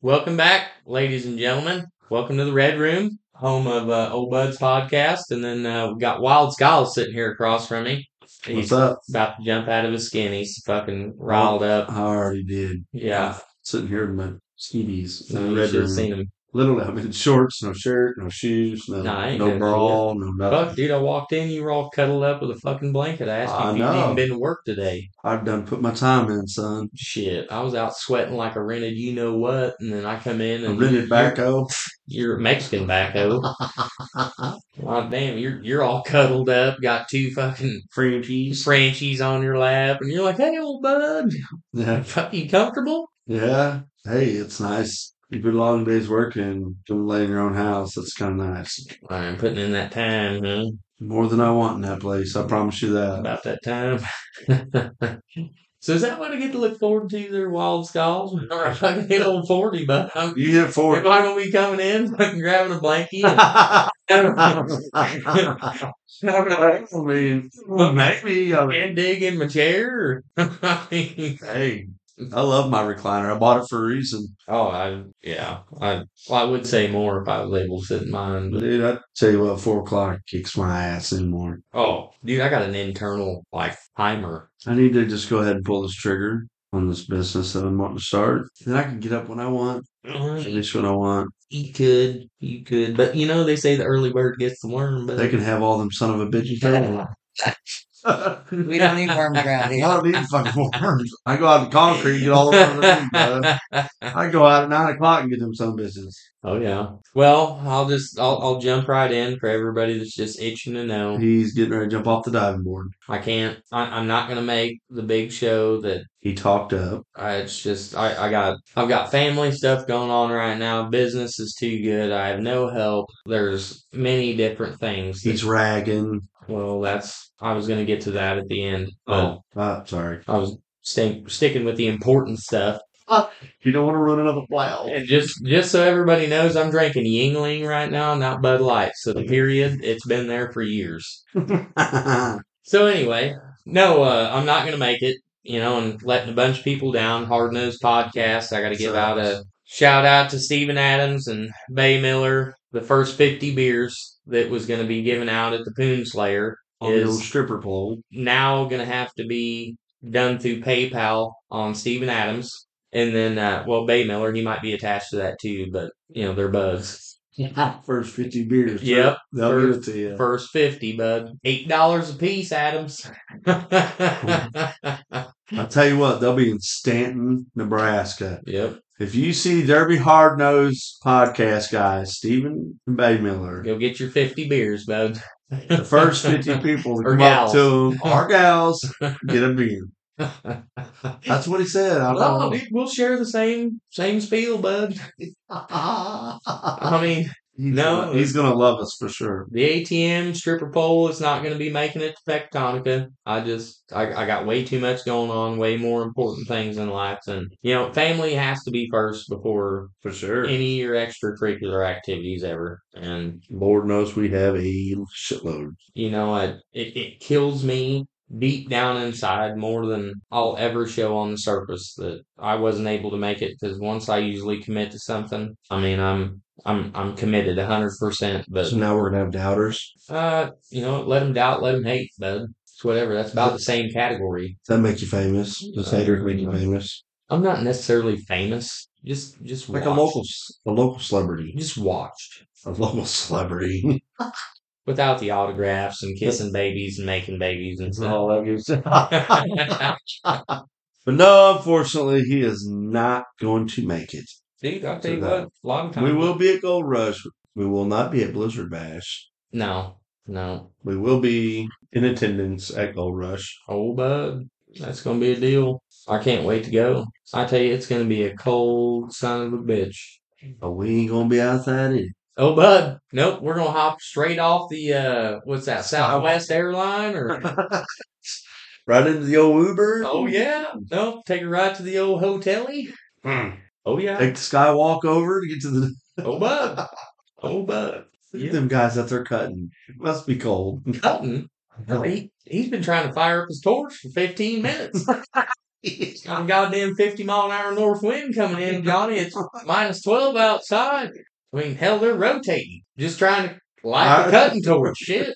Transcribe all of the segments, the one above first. Welcome back, ladies and gentlemen. Welcome to the Red Room, home of uh, Old Bud's podcast. And then uh, we got Wild Skiles sitting here across from me. He's What's up? about to jump out of his skin. He's fucking riled up. I already did. Yeah. Sitting here in my skivvies. in the You red should have room. seen him. Literally, I'm in shorts, no shirt, no shoes, no, Nah, I ain't no gonna bra, no nothing. Fuck, dude, I walked in. You were all cuddled up with a fucking blanket. I asked you I if you'd know. even been to work today. I've done put my time in, son. Shit, I was out sweating like a rented you know what. And then I come in I and rented backhoe. You're Mexican backhoe. God damn, you're you're all cuddled up, got two fucking Frenchies. Frenchies on your lap, and you're like, "Hey, old bud, Yeah. fuck, you comfortable?" Yeah. Hey, it's nice. You put a long day's work in, come lay in your own house. That's kind of nice. I'm putting in that time, huh? More than I want in that place. I promise you that. About that time. so is that what I get to look forward to? There, wild skulls. Or if I hit old forty, but I'm, You hit four. am I gonna be coming in, fucking grabbing a blankie? And, I mean, maybe. I mean, and dig in my chair. I mean, Hey, I love my recliner. I bought it for a reason. Oh, I yeah. I well, I would say more if I was able to sit in mine. But, Dude, I tell you what, four o'clock kicks my ass anymore. oh, dude, I got an internal like timer. I need to just go ahead and pull this trigger on this business that I'm wanting to start. Then I can get up when I want, finish when I want. You could, you could, but you know they say the early bird gets the worm. But They can have all them son of a bitches. they want. I We don't need worms around here. don't need fucking worms. I go out in concrete and get all over me, bro. I go out at nine o'clock and get them some bitches. oh yeah. Well, I'll just I'll I'll jump right in for everybody that's just itching to know. He's getting ready to jump off the diving board. I can't. I, I'm not gonna make the big show that He talked up. I, it's just I, I got I've got family stuff going on right now. Business is too good. I have no help. There's many different things. that- He's ragging. well, that's I was gonna get to that at the end. But Oh, uh, sorry. I was staying, sticking with the important stuff. You don't want to run another plow. And just just so everybody knows, I'm drinking Yingling right now, not Bud Light. So the period, it's been there for years. So anyway, no, uh, I'm not gonna make it. You know, and letting a bunch of people down. Hard nosed podcast. I got to give out a Shout out to Stephen Adams and Bay Miller. The first 50 beers that was going to be given out at the Poon Slayer on the old is stripper pole. now going to have to be done through PayPal on Stephen Adams. And then, uh, well, Bay Miller, he might be attached to that too, but, you know, they're buds. First 50 beers. too. Yep. They'll First- give it to you. First 50, bud. $8 a piece, Adams. I'll tell you what, they'll be in Stanton, Nebraska. yep. If you see Derby Hard Nose podcast guys, Stephen and Bay Miller, Go get your 50 beers, bud. the first 50 people that Or come gals. up to him, our gals, get a beer. That's what he said. I Oh, know. dude, we'll share the same same spiel, bud. I mean, He's No. gonna- he's going to love us for sure. the ATM stripper pole is not going to be making it to Tectonica. I just, I, I got way too much going on, way more important things in life, and you know, family has to be first before For sure. any of your extracurricular activities ever. And Lord knows we have a shitload. you know, I, it it kills me deep down inside more than I'll ever show on the surface that I wasn't able to make it because once I usually commit to something, I mean, I'm. I'm I'm committed 100%, but So now we're going to have doubters. Uh, you know, let them doubt, let them hate, bud. It's whatever. That's about the same category. Does that make you famous? Does haters make you famous? I'm not necessarily famous. Just, just like watched. a local c- a local celebrity Just watched a local celebrity without the autographs and kissing babies and making babies and stuff. but no unfortunately he is not going to make it Dude, I'll tell you what, long we will be at gold rush we will not be at blizzard bash No, no. we will be in attendance at gold rush Oh, bud, that's gonna be a deal. I can't wait to go. I tell you, it's gonna be a cold son of a bitch. but we ain't gonna be outside it Oh, bud, nope. We're gonna hop straight off the uh, what's that? Southwest airline or right into the old uber Oh yeah. No, take a ride to the old hotelie. Hmm. Oh yeah. take the skywalk over to get to the Oh bud. Oh bud. look Yeah. at them guys out there cutting must be cold Cutting. He, he's been trying to fire up his torch for 15 minutes. It's got a goddamn 50 mile an hour north wind coming in, Johnny. It's minus 12 outside. I mean, hell, they're rotating. Just trying to light the cutting torch. Shit.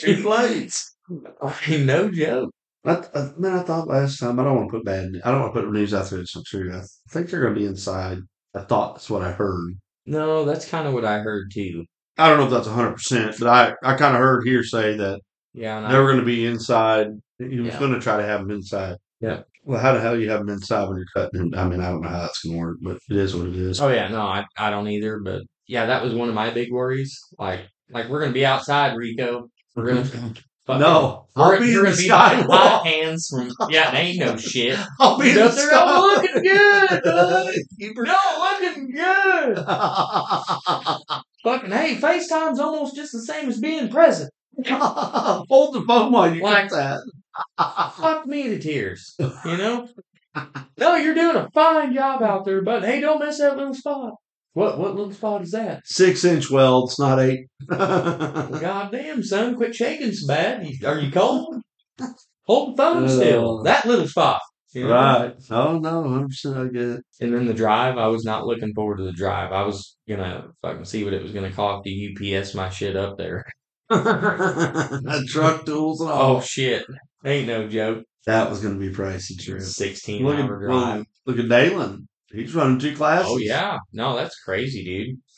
Two blades. I mean, no joke. I, th- I, uh, man, I thought last time I don't want to put bad. I don't want to put news out there. It's not true. I think they're going to be inside. I thought that's what I heard. No, that's kind of what I heard too. I don't know if that's hundred percent, but I I kind of heard hearsay that Yeah, and they I, were going to be inside. He was Yeah. going to try to have them inside. Yeah. Well, how the hell you have them inside when you're cutting? Them? I mean, I don't know how that's going to work, but it is what it is. oh yeah, no, I, I don't either. But yeah, that was one of my big worries. Like, like we're gonna be outside, Rico. We're gonna fucking- no, We're, I'll be in you're the gonna be behind my skywalk. hands from yeah, they ain't no shit. I'll be in the Up there, I'm skywalk. looking good. bud. You No, looking good. Fucking hey, FaceTime's almost just the same as being present. Hold the phone while you Like- cut that. Fuck me to tears. You know? no, you're doing a fine job out there, but hey, don't miss that little spot. What what little spot is that? Six inch welds, not eight. God damn, son, quit shaking so bad. You- Are you cold? Hold the phone still. Uh, That little spot. you know? Right. Oh no, hundred percent I get it. And then the drive, I was not looking forward to the drive. I was gonna fucking see what it was gonna cost to UPS my shit up there. That truck tools and all. Oh shit. Ain't no joke. That was gonna be pricey trip. Sixteen Look at hour drive. well, look at Dalen. He's running two classes. Oh yeah. No, that's crazy,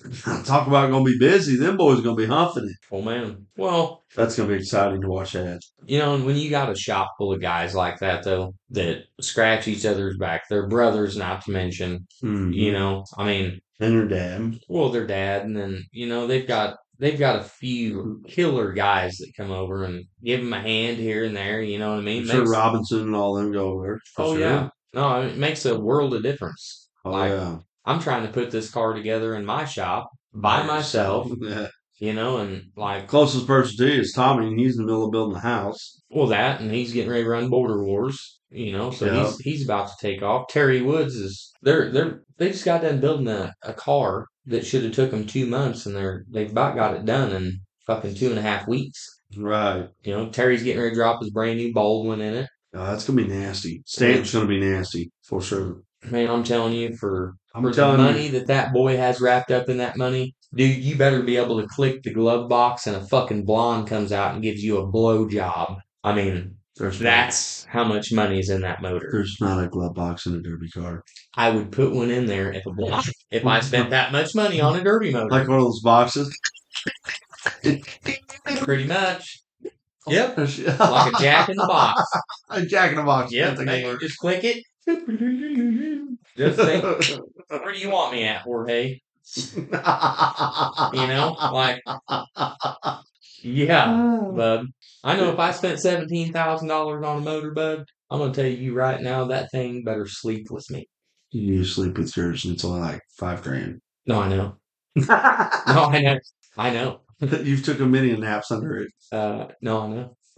dude. Talk about gonna be busy. Them boys gonna be huffing it. Oh man. Well, That's gonna be exciting to watch that. You know, and when you got a shop full of guys like that, though, that scratch each other's back, their brothers, not to mention, Mm. you know, I mean, And your dad. well, their dad, and then you know they've got they've got a Mm-hmm. few killer guys that come over and give them a hand here and there. You know what I mean? I'm sure Makes- Robinson and all them go over. there, for oh sure. yeah, no, I mean, it makes a world of difference. Oh Like, yeah. I'm trying to put this car together in my shop by myself, Yeah. you know, and like, Closest person to you is Tommy, and he's in the middle of building a house. well, that, and he's getting ready to run Border Wars, you know, so Yeah. he's he's about to take off. Terry Woods is they're they're they just got done building a, a car that should have took them two months, and they're they've about got it done in fucking two and a half weeks. Right. You know, Terry's getting ready to drop his brand new Baldwin in it. Oh, that's gonna be nasty. Stanton's gonna be nasty for sure. Man, I'm telling you, for, I'm for the telling money that that boy has wrapped up in that money, dude, you better be able to click the glove box and a fucking blonde comes out and gives you a blow job. I mean, you, there's that's how much money's in that motor. there's not a glove box in a derby car. I would put one in there if a blonde, if I spent that much money on a derby motor. Like one of those boxes. pretty much. Yep. like Like a jack in the box. a jack in a box. Yep. That they- thing works. Just click it. Just think, where do you want me at, Jorge? You know, like, yeah, bud. I know if I spent seventeen thousand dollars on a motor, bud, I'm gonna tell you right now that thing better sleep with me. you sleep with yours, and it's only like five grand. No, I know. No, I know. I know. You've took a million naps under it. Uh, no, I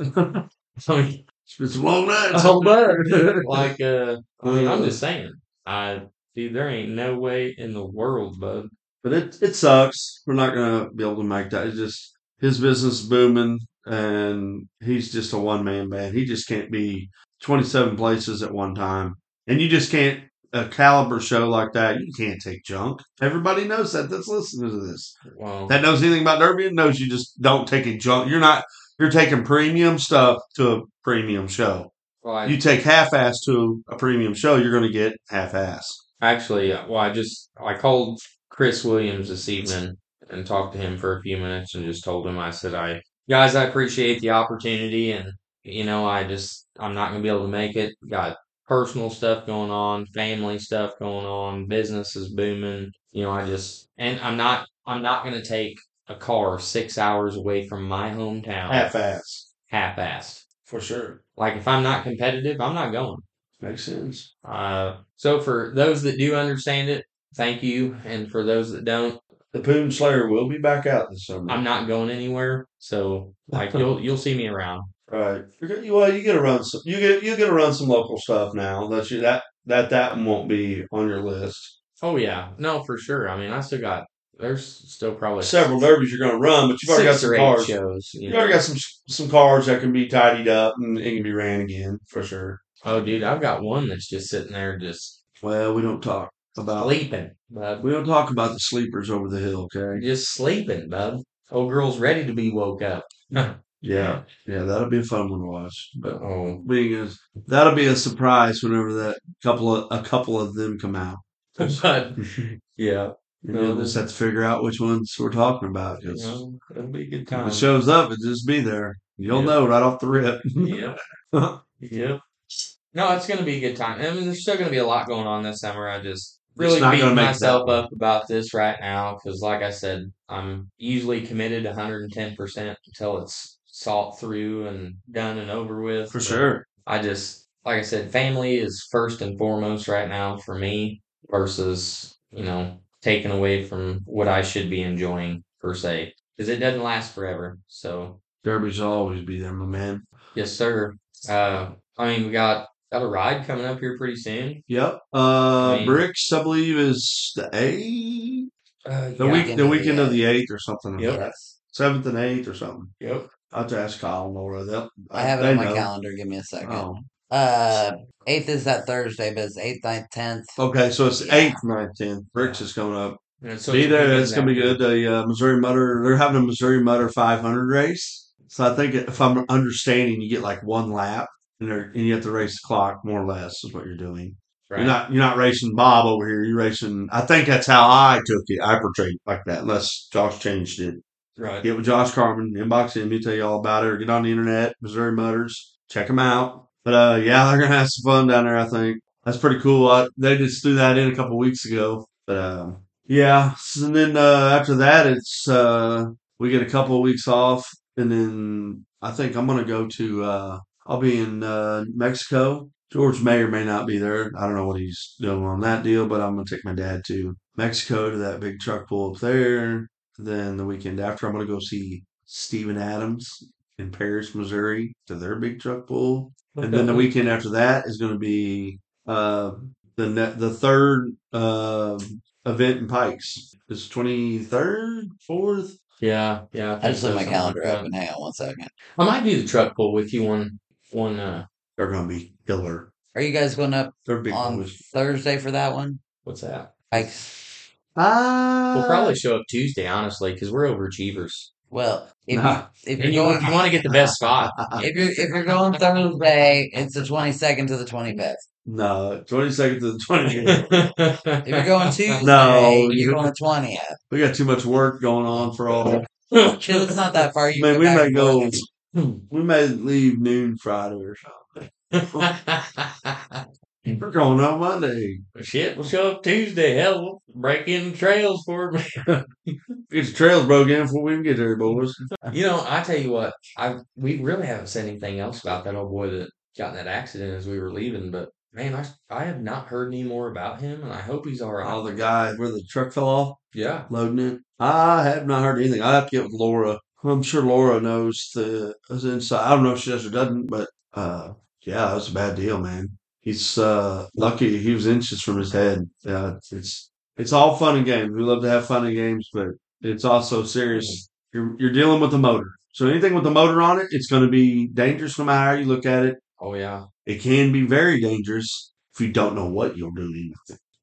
know. I mean, It's been some long nights. Oh, like uh I mean, I'm just saying. I dude, there ain't no way in the world, bud. But it it sucks. We're not gonna be able to make that. It's just his business booming, and he's just a one man band. He just can't be twenty seven places at one time, and you just can't a caliber show like that. You can't take junk. Everybody knows that. That's listening to this. Well That knows anything about Derby and knows you just don't take a junk. You're not. You're taking premium stuff to a premium show. well, I, You take half ass to a premium show, you're going to get half ass. actually uh, well I just I called Chris Williams this evening and talked to him for a few minutes and just told him I said I guys I appreciate the opportunity and you know, I just I'm not gonna be able to make it. Got personal stuff going on, family stuff going on, business is booming. You know, I just and I'm not I'm not gonna take a car six hours away from my hometown Half ass half-assed. for sure. Like if I'm not competitive, I'm not going. Makes sense. Uh, so for those that do understand it, thank you, and for those that don't, The Poon Slayer will be back out this summer. I'm not going anywhere. So like you'll you'll see me around. right. You're gonna- Well, you gotta run some. You get you gotta run some local stuff now. That you that that that one won't be on your list. Oh yeah, no for sure. I mean, I still got there's still probably Several derbies you're gonna run, but you've already got six some or eight cars. shows. You You've know. already got some some cars that can be tidied up and it can be ran again for sure. Oh, dude, I've got one that's just sitting there, just Well, we don't talk about sleeping, bub. we don't talk about the sleepers over the hill, okay? Just sleeping, bub. Old girl's ready to be woke up. Yeah, yeah, that'll be a fun one to watch. But Oh, being as that'll be a surprise whenever that couple of a couple of them come out. but And yeah, You'll just have to figure out which ones we're talking about. 'cause you know, it'll be a good if time. it shows up, it'll just be there. You'll Yeah. know right off the rip. Yep. yep. No, it's going to be a good time. I mean, there's still going to be a lot going on this summer. I just really not beat gonna make myself that. up about this right now because, like I said, I'm usually committed 110% until it's salt through and done and over with. For But sure. I just, like I said, family is first and foremost right now for me versus, you know, taken away from what I should be enjoying per se because it doesn't last forever. So Derby's always be there, my man. Yes, sir. Uh, I mean, we got got a ride coming up here pretty soon. Yep. Uh Right. Bricks, I believe, is the eighth Uh, the week the weekend of the eighth or something like that. Yep. Seventh and eighth or something. Yep. I'll have to ask Kyle and Laura. They'll, I have it they on my know. calendar. Give me a second. Oh, Uh, eighth is that Thursday, but it's eighth, ninth, tenth. okay. So it's Yeah. eighth, ninth, tenth. Bricks is coming up. And so So Be it's there. weekend It's gonna be after. good. The uh, Missouri Mutter. They're having a Missouri Mutter 500 race. So I think if I'm understanding, you get like one lap, and, they're- and you have to race the clock more or less is what you're doing. Right. You're not you're not racing Bob over here. You're racing. I think that's how I took it. I portrayed it like that, unless Josh changed it. right. Get with Josh Carmen, inbox him, he'll tell you all about it, or get on the internet, Missouri Mutters, check him out. But uh, yeah, they're gonna have some fun down there. I think that's pretty cool. I, they just threw that in a couple weeks ago, but um, yeah. So And then uh, after that, it's uh, we get a couple of weeks off, and then I think I'm gonna go to. Uh, I'll be in uh, Mexico. George may or may not be there. I don't know what he's doing on that deal, but I'm gonna take my dad to Mexico to that big truck pull up there. Then the weekend after, I'm going to go see Steven Adams in Paris, Missouri, to their big truck pull. And then the weekend after that is going to be uh, the ne- the third uh, event in Pikes. It's 23rd, 4th. Yeah. Yeah. I just think leave my so, calendar something like open. Hang on one second. that. I might do the truck pull with you one one. Uh, They're going to be killer. Are you guys going up They're big on boys. Thursday for that one? what's that? Like, Ah, Uh, We'll probably show up Tuesday, honestly, because we're overachievers. well, if Nah. you if And you're you, going want to get the best spot. if you're if you're going Thursday, it's the twenty second to the twenty fifth. No, 22nd to the 28th. If you're going Tuesday, No, you- you're going the twentieth. we got too much work going on for all Chill, it's not that far. You Man, go we back may and go. forth. We may leave noon Friday or something. We're going on Monday. Shit, we'll show up Tuesday. Hell, we'll break in trails for me. Get the trails broke in before we even get there, boys. You know, I tell you what, I we really haven't said anything else about that old boy that got in that accident as we were leaving. But man, I I have not heard any more about him, and I hope he's all right. All the guy where the truck fell off, Yeah, loading it. I have not heard anything. I have to get with Laura. I'm sure Laura knows the is inside. I don't know if she does or doesn't, but uh, yeah, that was a bad deal, man. He's uh, lucky he was inches from his head. Yeah, it's it's all fun and games. We love to have fun and games, but it's also serious. You're you're dealing with a motor, so anything with a motor on it, it's going to be dangerous no matter how you look at it. oh yeah, It can be very dangerous if you don't know what you're doing.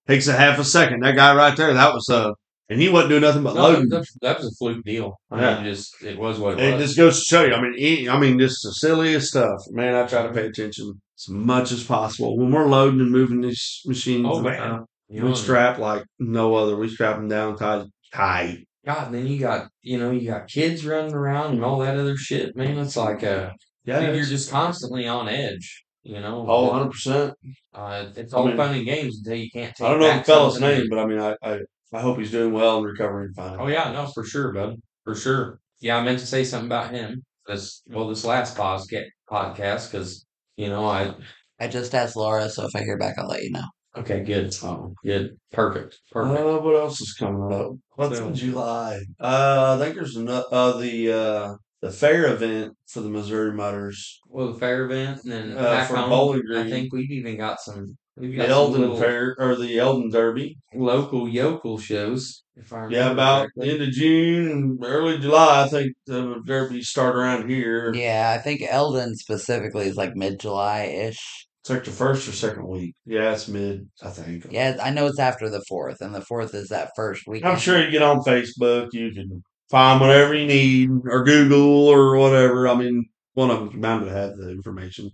Takes a half a second. That guy right there, that was uh, and he wasn't doing nothing but no, loading. that, that was a fluke deal. I Yeah. mean, just it was what it It was. just goes to show you. I mean, e- I mean, this is the silliest stuff, man. I try to pay attention as much as possible when we're loading and moving these machines. uh, Oh, man. you know, we and- strap like no other. We strap them down tight, tight. God, and then you got you know you got kids running around and all that other shit. Man, it's like uh, Yeah, dude, you're it's- just constantly on edge. You know, oh, 100 percent. uh, it's all I mean- fun and games until you can't. Take I don't know the back fella's something. name, but I mean, I, I, I hope he's doing well and recovering fine. Oh yeah, no, for sure, bud, for sure. Yeah, I meant to say something about him. This well, this last posca- podcast because you know I. I just asked Laura, so if I hear back, I'll let you know. Okay, good, Oh. good, perfect, perfect. Uh, what else is coming up? What's So- in July? Uh, I think there's another uh, the uh, the fair event for the Missouri Mutters well, the fair event and then Uh, back for home, Bowling I Green. think we've even got some. We've the got some Eldon little Fair or the Eldon Derby. local yokel shows. If I remember Yeah, about correctly. end of June, and early July. I think uh, the derby start around here. Yeah, I think Eldon specifically is like mid July ish. It's like the first or second week. Yeah, it's mid, I think. Yeah, I know it's after the fourth, and the fourth is that first weekend. I'm sure you get on Facebook, you can find whatever you need, or Google, or whatever. I mean, one of them bound to have the information.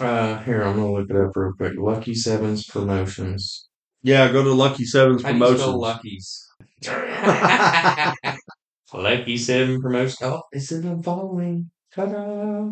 Uh, here, I'm gonna look it up real quick. Lucky Sevens Promotions. Yeah, go to Lucky Sevens How do you spell Promotions. Lucky's? Lucky Seven Promotions. Oh, it's in the following. Ta-da!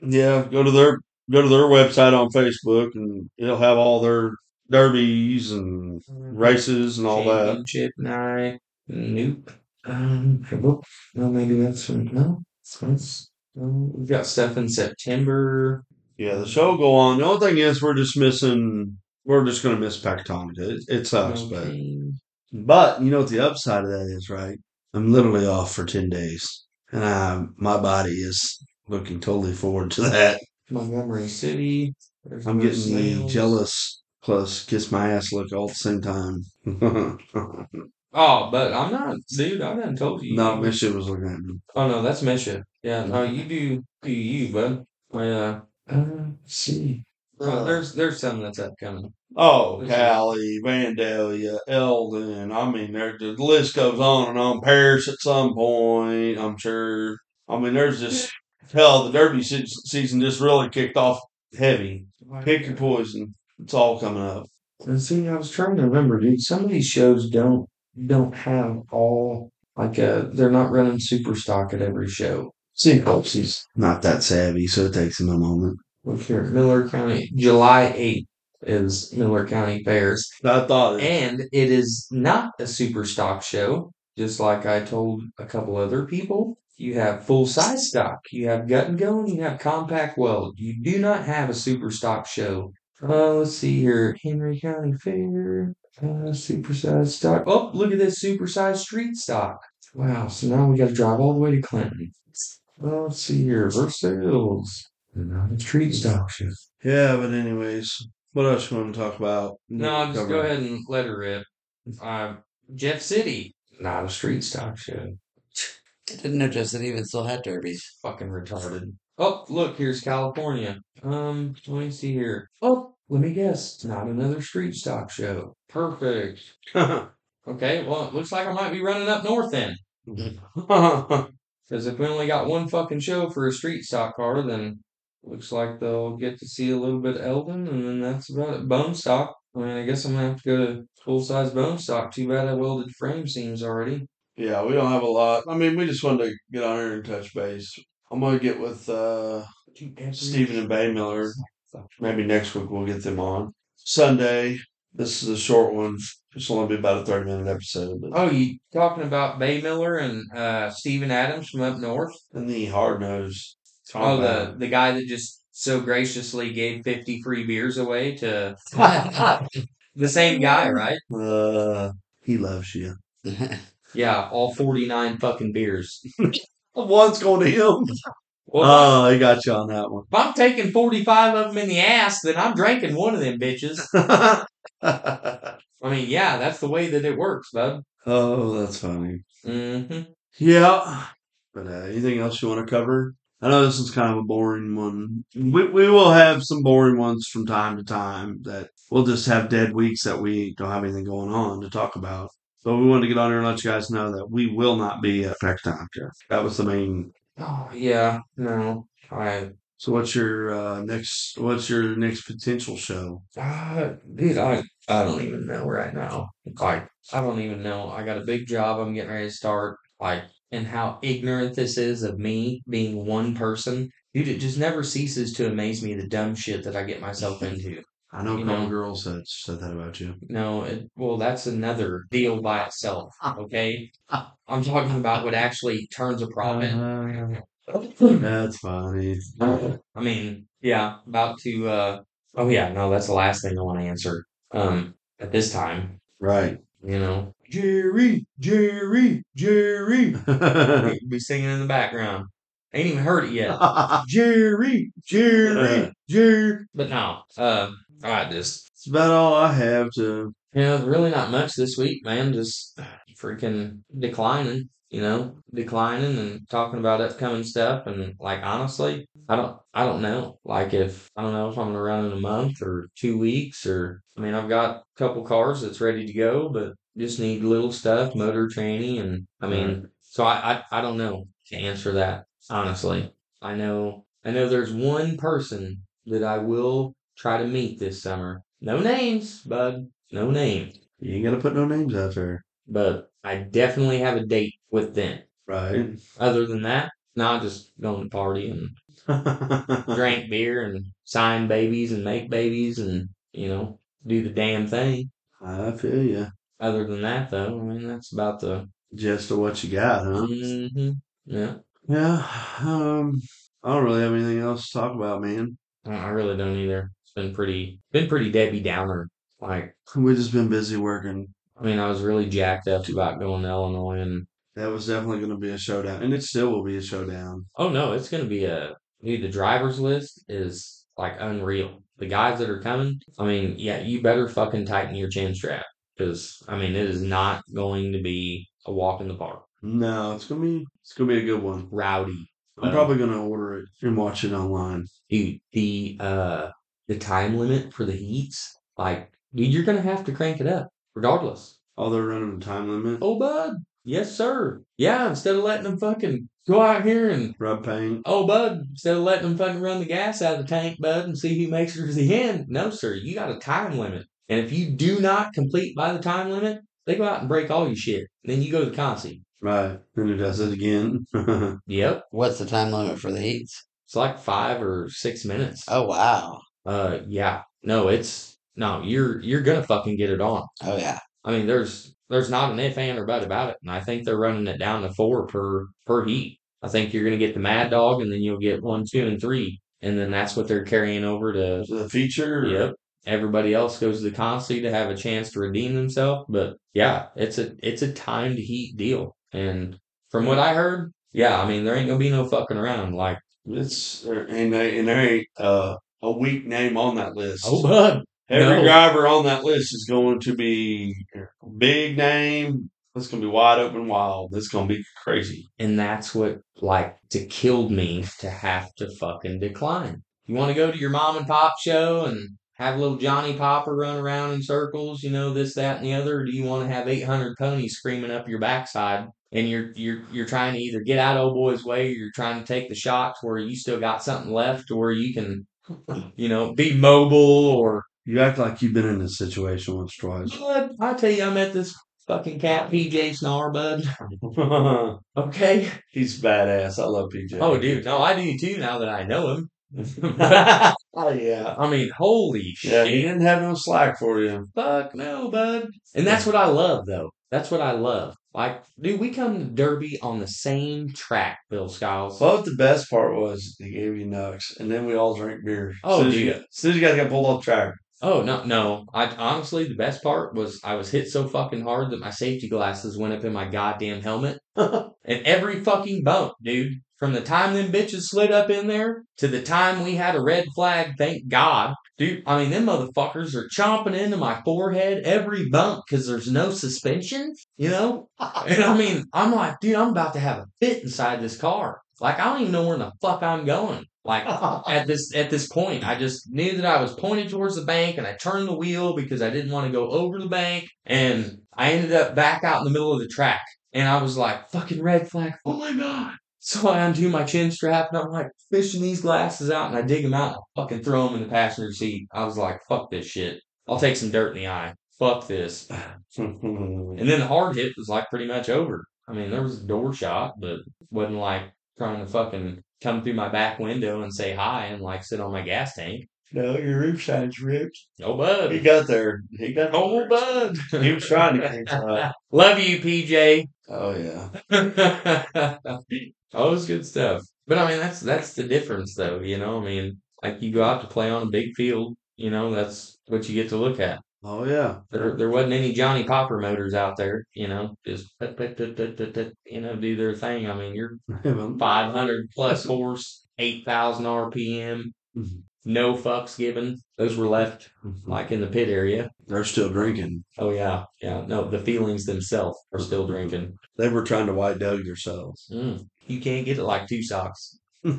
Yeah, go to their go to their website on Facebook, and it'll have all their derbies and Mm-hmm. races and all that. Championship night. Nope. Um, well, no, maybe that's from, no. That's, no. We've got stuff in September. Yeah, the show will go on. The only thing is, we're just missing. We're just going to miss Pactonica. It, it sucks, but Nothing. but you know what the upside of that is, right? I'm literally off for ten days, and I, my body is looking totally forward to that. Montgomery City. There's I'm more getting the sales. jealous plus kiss my ass look all at the same time. Oh, but I'm not, dude. I done told you. no, Misha was looking at me. Oh no, that's Misha. Yeah, no, you do do you, bud. Yeah. Uh, see. Well, there's there's some that's upcoming. Oh, Cali, Vandalia, Eldon. I mean, there, the list goes on and on. Paris at some point, I'm sure. I mean, there's just hell. The Derby se- season just really kicked off heavy. Pick your poison. It's all coming up. And see, I was trying to remember, dude. Some of these shows don't don't have all like uh they're not running super stock at every show. See, oopsies. Not that savvy, so it takes him a moment. Look here, Miller County, July eighth is Miller County Fairs, I thought it. and it is not a super stock show. Just like I told a couple other people, you have full size stock, you have gut and go, and you have compact weld. You do not have a super stock show. Uh, let's see here, Henry County Fair, uh, super size stock. Oh, look at this super size street stock. Wow, so now we got to drive all the way to Clinton. Well, let's see here, Versailles. Not a street stock show. Yeah, but anyways, what else you want to talk about? No, just go Cover. ahead and let her rip. Uh, Jeff City. Not a street stock show. I didn't know Jeff City even still had derbies. Fucking retarded. Oh, look, here's California. Um, let me see here. Oh, let me guess. Not another street stock show. Perfect. Okay, well, it looks like I might be running up north then. Because if we only got one fucking show for a street stock car, then looks like they'll get to see a little bit of Elvin, and then that's about it. Bone stock. I mean, I guess I'm gonna have to go to full size bone stock. Too bad I welded frame seams already. Yeah, we don't have a lot. I mean, we just wanted to get on here and touch base. I'm gonna get with uh Stephen and Bay Miller. Maybe next week we'll get them on. Sunday. This is a short one. It's only be about a thirty minute episode, but Oh, you talking about Bay Miller and uh, Stephen Adams from up north? and the hard nosed. Oh, the the guy that just so graciously gave fifty free beers away to the same guy, right? uh, he loves you. Yeah, all forty nine fucking beers. One's going to him. Well, Oh, he got you on that one. If I'm taking 45 of them in the ass, then I'm drinking one of them bitches. I mean, yeah, that's the way that it works, bud. oh, that's funny. hmm Yeah. But uh, anything else you want to cover? I know this is kind of a boring one. We, we will have some boring ones from time to time that we'll just have dead weeks that we don't have anything going on to talk about. So we wanted to get on here and let you guys know that we will not be at Factonica. That was the main. Oh, yeah, no. I, So what's your uh, next? What's your next potential show? uh, dude, I, I don't even know right now. Like, I don't even know. I got a big job I'm getting ready to start. Like, and how ignorant this is of me being one person. Dude, it just never ceases to amaze me the dumb shit that I get myself into. I know You Call know. Girl said said that about you. No, it, well, that's another deal by itself. Okay, I'm talking about what actually turns a profit. that's funny. I mean, yeah, about to. uh Oh yeah, no, that's the last thing I want to answer. Um, at this time, Right, you know, Jerry, Jerry, Jerry, Jerry. be singing in the background. Ain't even heard it yet. Jerry, Jerry, Jerry. But no, uh, I just That's about all I have to You know, really not much this week, man. Just freaking declining, you know, declining and talking about upcoming stuff. And like, honestly, I don't I don't know. Like if I don't know if I'm gonna run in a month or two weeks or I mean I've got a couple cars that's ready to go, but just need little stuff, motor training and I mean so I, I I don't know to answer that honestly. I know I know there's one person that I will try to meet this summer. No names, bud. No name. You ain't got to put no names out there. But I definitely have a date with them. Right. Other than that, not just going to party and Uh-huh. drink beer and sign babies and make babies and you know do the damn thing. I feel you. Other than that, though, I mean that's about the Just to what you got, huh? Mhm. yeah. Yeah. Um, I don't really have anything else to talk about, man. I I really don't either. It's been pretty been pretty Debbie Downer. Like We've just been busy working. I mean, I was really jacked up about going to Illinois, and That was definitely going to be a showdown, and it still will be a showdown. oh no, it's gonna be a dude. The drivers list is like unreal. The guys that are coming, I mean, yeah, you better fucking tighten your chin strap because I mean, it is not going to be a walk in the park. No, it's gonna be it's gonna be a good one. rowdy. I'm probably gonna order it and watch it online. dude, the uh the time limit for the heats, like, dude, you're gonna have to crank it up, regardless. Oh, they're running a time limit. Oh bud, yes sir. Yeah, instead of letting them fucking go out here and Rub paint. oh bud, instead of letting them fucking run the gas out of the tank, bud, and see who makes it to the end. No, sir, you got a time limit. And if you do not complete by the time limit, they go out and break all your shit. Then you go to the consi. Right. Then it does it again. Yep. What's the time limit for the heats? It's like five or six minutes. Oh wow. Uh, yeah. No, it's no. You're you're gonna fucking get it on. Oh yeah. I mean, there's there's not an if and or but about it, and I think they're running it down to four per per heat. I think you're gonna get the Mad Dog, and then you'll get one, two, and three, and then that's what they're carrying over to. the feature. Yep. Everybody else goes to the consi to have a chance to redeem themselves, but yeah, it's a it's a timed heat deal, and from what I heard, yeah, I mean there ain't gonna be no fucking around. Like, It's there- and they and there ain't uh, a weak name on that list. oh bud, Every no. driver on that list is going to be big name. It's gonna be wide open, wild. It's gonna be crazy. And that's what like to killed me to have to fucking decline. You want to go to your mom and pop show and have little Johnny Popper run around in circles, you know, this, that, and the other, or do you want to have eight hundred ponies screaming up your backside and you're you're you're trying to either get out old boy's way or you're trying to take the shots where you still got something left or you can you know, be mobile or You act like you've been in this situation once, twice. Bud, I tell you I met this fucking cat PJ Snar, bud. Okay. He's badass. I love PJ. Oh, dude, no, I do too. Now that I know him, Oh yeah. I mean, holy Yeah, he shit, didn't have no slack for you. fuck no, bud. And that's what I love, though. That's what I love. Like, dude, we come to Derby on the same track, Bill Skiles. But the best part was he gave you nugs, and then we all drank beer. Oh, soon as you dude. got- As soon as you guys got pulled off track. Oh no, no. I honestly, the best part was I was hit so fucking hard that my safety glasses went up in my goddamn helmet, and every fucking bump, dude. From the time them bitches slid up in there to the time we had a red flag, thank God. Dude, I mean, them motherfuckers are chomping into my forehead every bump because there's no suspension, you know? And I mean, I'm like, dude, I'm about to have a fit inside this car. Like, I don't even know where the fuck I'm going. Like, at this at this point i just knew that i was pointed towards the bank and i turned the wheel because i didn't want to go over the bank and i ended up back out in the middle of the track and i was like fucking red flag oh my god so i undo my chin strap and i'm like fishing these glasses out and i dig them out and I fucking throw them in the passenger seat i was like fuck this shit i'll take some dirt in the eye fuck this and then the hard hit was like pretty much over i mean there was a door shot but wasn't like trying to fucking come through my back window and say hi and like sit on my gas tank. no, your roof side's ripped. Oh, He bud. got there. He got Oh, bud. He was trying to clean up. Love you, PJ. Oh yeah. oh, it's good stuff. But I mean, that's that's the difference, though. You know, I mean, like you go out to play on a big field. You know, that's what you get to look at. Oh yeah. There, there wasn't any Johnny Popper motors out there. You know, just tut, tut, tut, tut, tut, tut, you know do their thing. I mean, you're Heaven. 500 plus horse, 8,000 RPM, Mhm. no fucks given. Those were left like in the pit area. They're still drinking. Oh, yeah. Yeah. No, the feelings themselves are still drinking. They were trying to white dog themselves. Mm. You can't get it like two socks. we You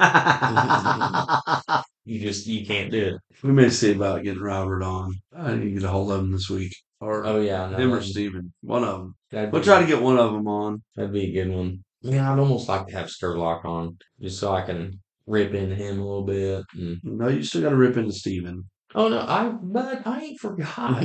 just you can't do it. may see about getting Robert on. I need to get a hold of him this week. Or uh, Oh yeah, no, him or that'd- Steven. One of them. that'd We'll be- try to get one of them on. That'd be a good one. Man, I'd almost like to have Sturlock on just so I can rip into him a little bit. and- No, you still got to rip into Steven. oh no, I but I ain't forgot.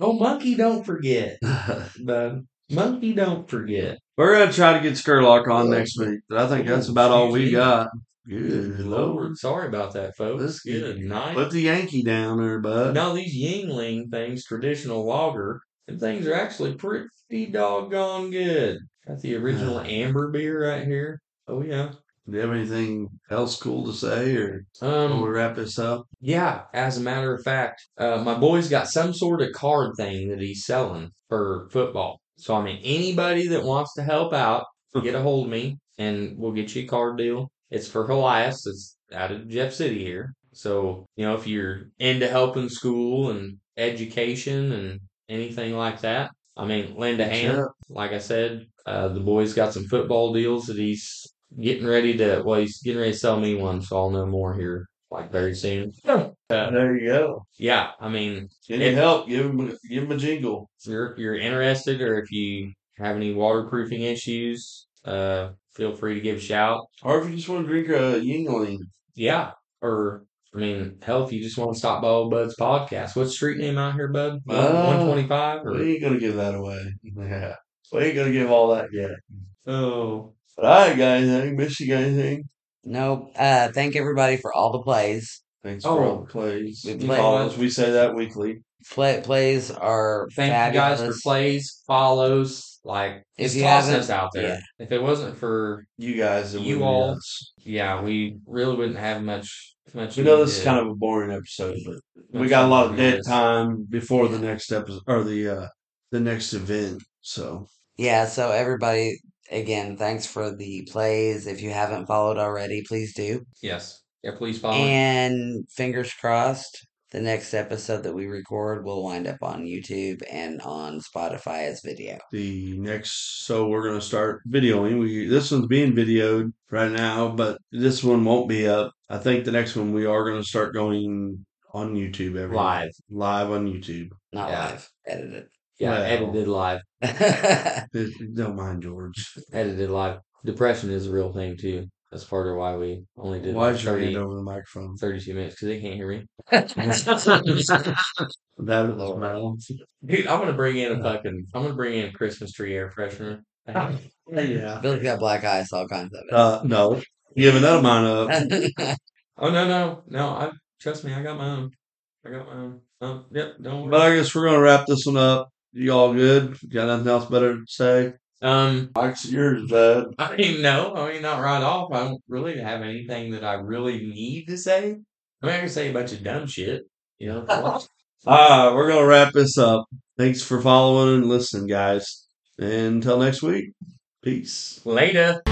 oh, monkey, don't forget. The monkey, don't forget. We're going to try to get Skurlock on next week. but I think that's about all we got. Good Lord, Oh, sorry about that, folks. That's good. uh, good night. Put the Yankee down there, bud. Now these Yingling things, traditional lager, and things are actually pretty doggone good. Got the original amber beer right here. Oh yeah. Do you have anything else cool to say, or Um, we'll wrap this up? Yeah, as a matter of fact, uh, my boy's got some sort of card thing that he's selling for football. So I mean, anybody that wants to help out, get a hold of me, and we'll get you a card deal. It's for Helias. It's out of Jeff City here. So you know, if you're into helping school and education and anything like that, I mean, lend a hand Sure. like I said, uh, the boy's got some football deals that he's getting ready to. Well, he's getting ready to sell me one, so I'll know more here like very soon. There you go. Yeah, I mean, Any help? Give him, a- give him a jingle. if you're if you're interested, or if you have any waterproofing issues, uh, feel free to give a shout. Or if you just want to drink a Yingling, Yeah, or I mean, hell, if you just want to stop by Old Bud's podcast, what's street name out here, Bud? Uh, One twenty five. we ain't gonna give that away. Yeah, we ain't gonna give all that yet. Oh, But I ain't got anything. Miss you got anything? No, uh, thank everybody for all the plays. Thanks Oh, for all the plays. we You play- follow us. We say that weekly. Play, plays are thank fabulous. you guys for plays, follows, like If it's you tossing haven't- us out there. yeah. If it wasn't for You guys, and You we- all. yeah, we really wouldn't have much much. We know this is kind of a boring episode, but we got a lot of dead time before the next episode or the uh the next event. So Yeah, so everybody, again, thanks for the plays. If you haven't followed already, please do. Yes. Yeah, please follow. And fingers crossed, the next episode that we record will wind up on YouTube and on Spotify as video. the next, so we're gonna start videoing. We this one's being videoed right now, but this one won't be up. I think the next one we are gonna start going on YouTube every live. live on YouTube. Not Yeah. live, edited. Yeah, Well. edited live. It- don't mind George. Edited live. Depression is a real thing too. That's part of why we only did Why like is your hand 30, over the microphone? 32 minutes because they can't hear me. That is Lord. my Dude, I'm gonna bring in a fucking. I'm gonna bring in a Christmas tree air freshener. yeah. Billy's got black eyes, all kinds of it. Uh, no, give another mine up. Oh no no no! I trust me. I got my own. I got my own. Um, yep. Don't But worry. I guess we're gonna wrap this one up. You all good? Got nothing else better to say? Um, Mike's yours, bud. I mean, no, I mean, not right off. I don't really have anything that I really need to say. I mean, I can say a bunch of dumb shit, you know. but- Ah, we're gonna wrap this up. Thanks for following and listening, guys. And until next week, peace. Later.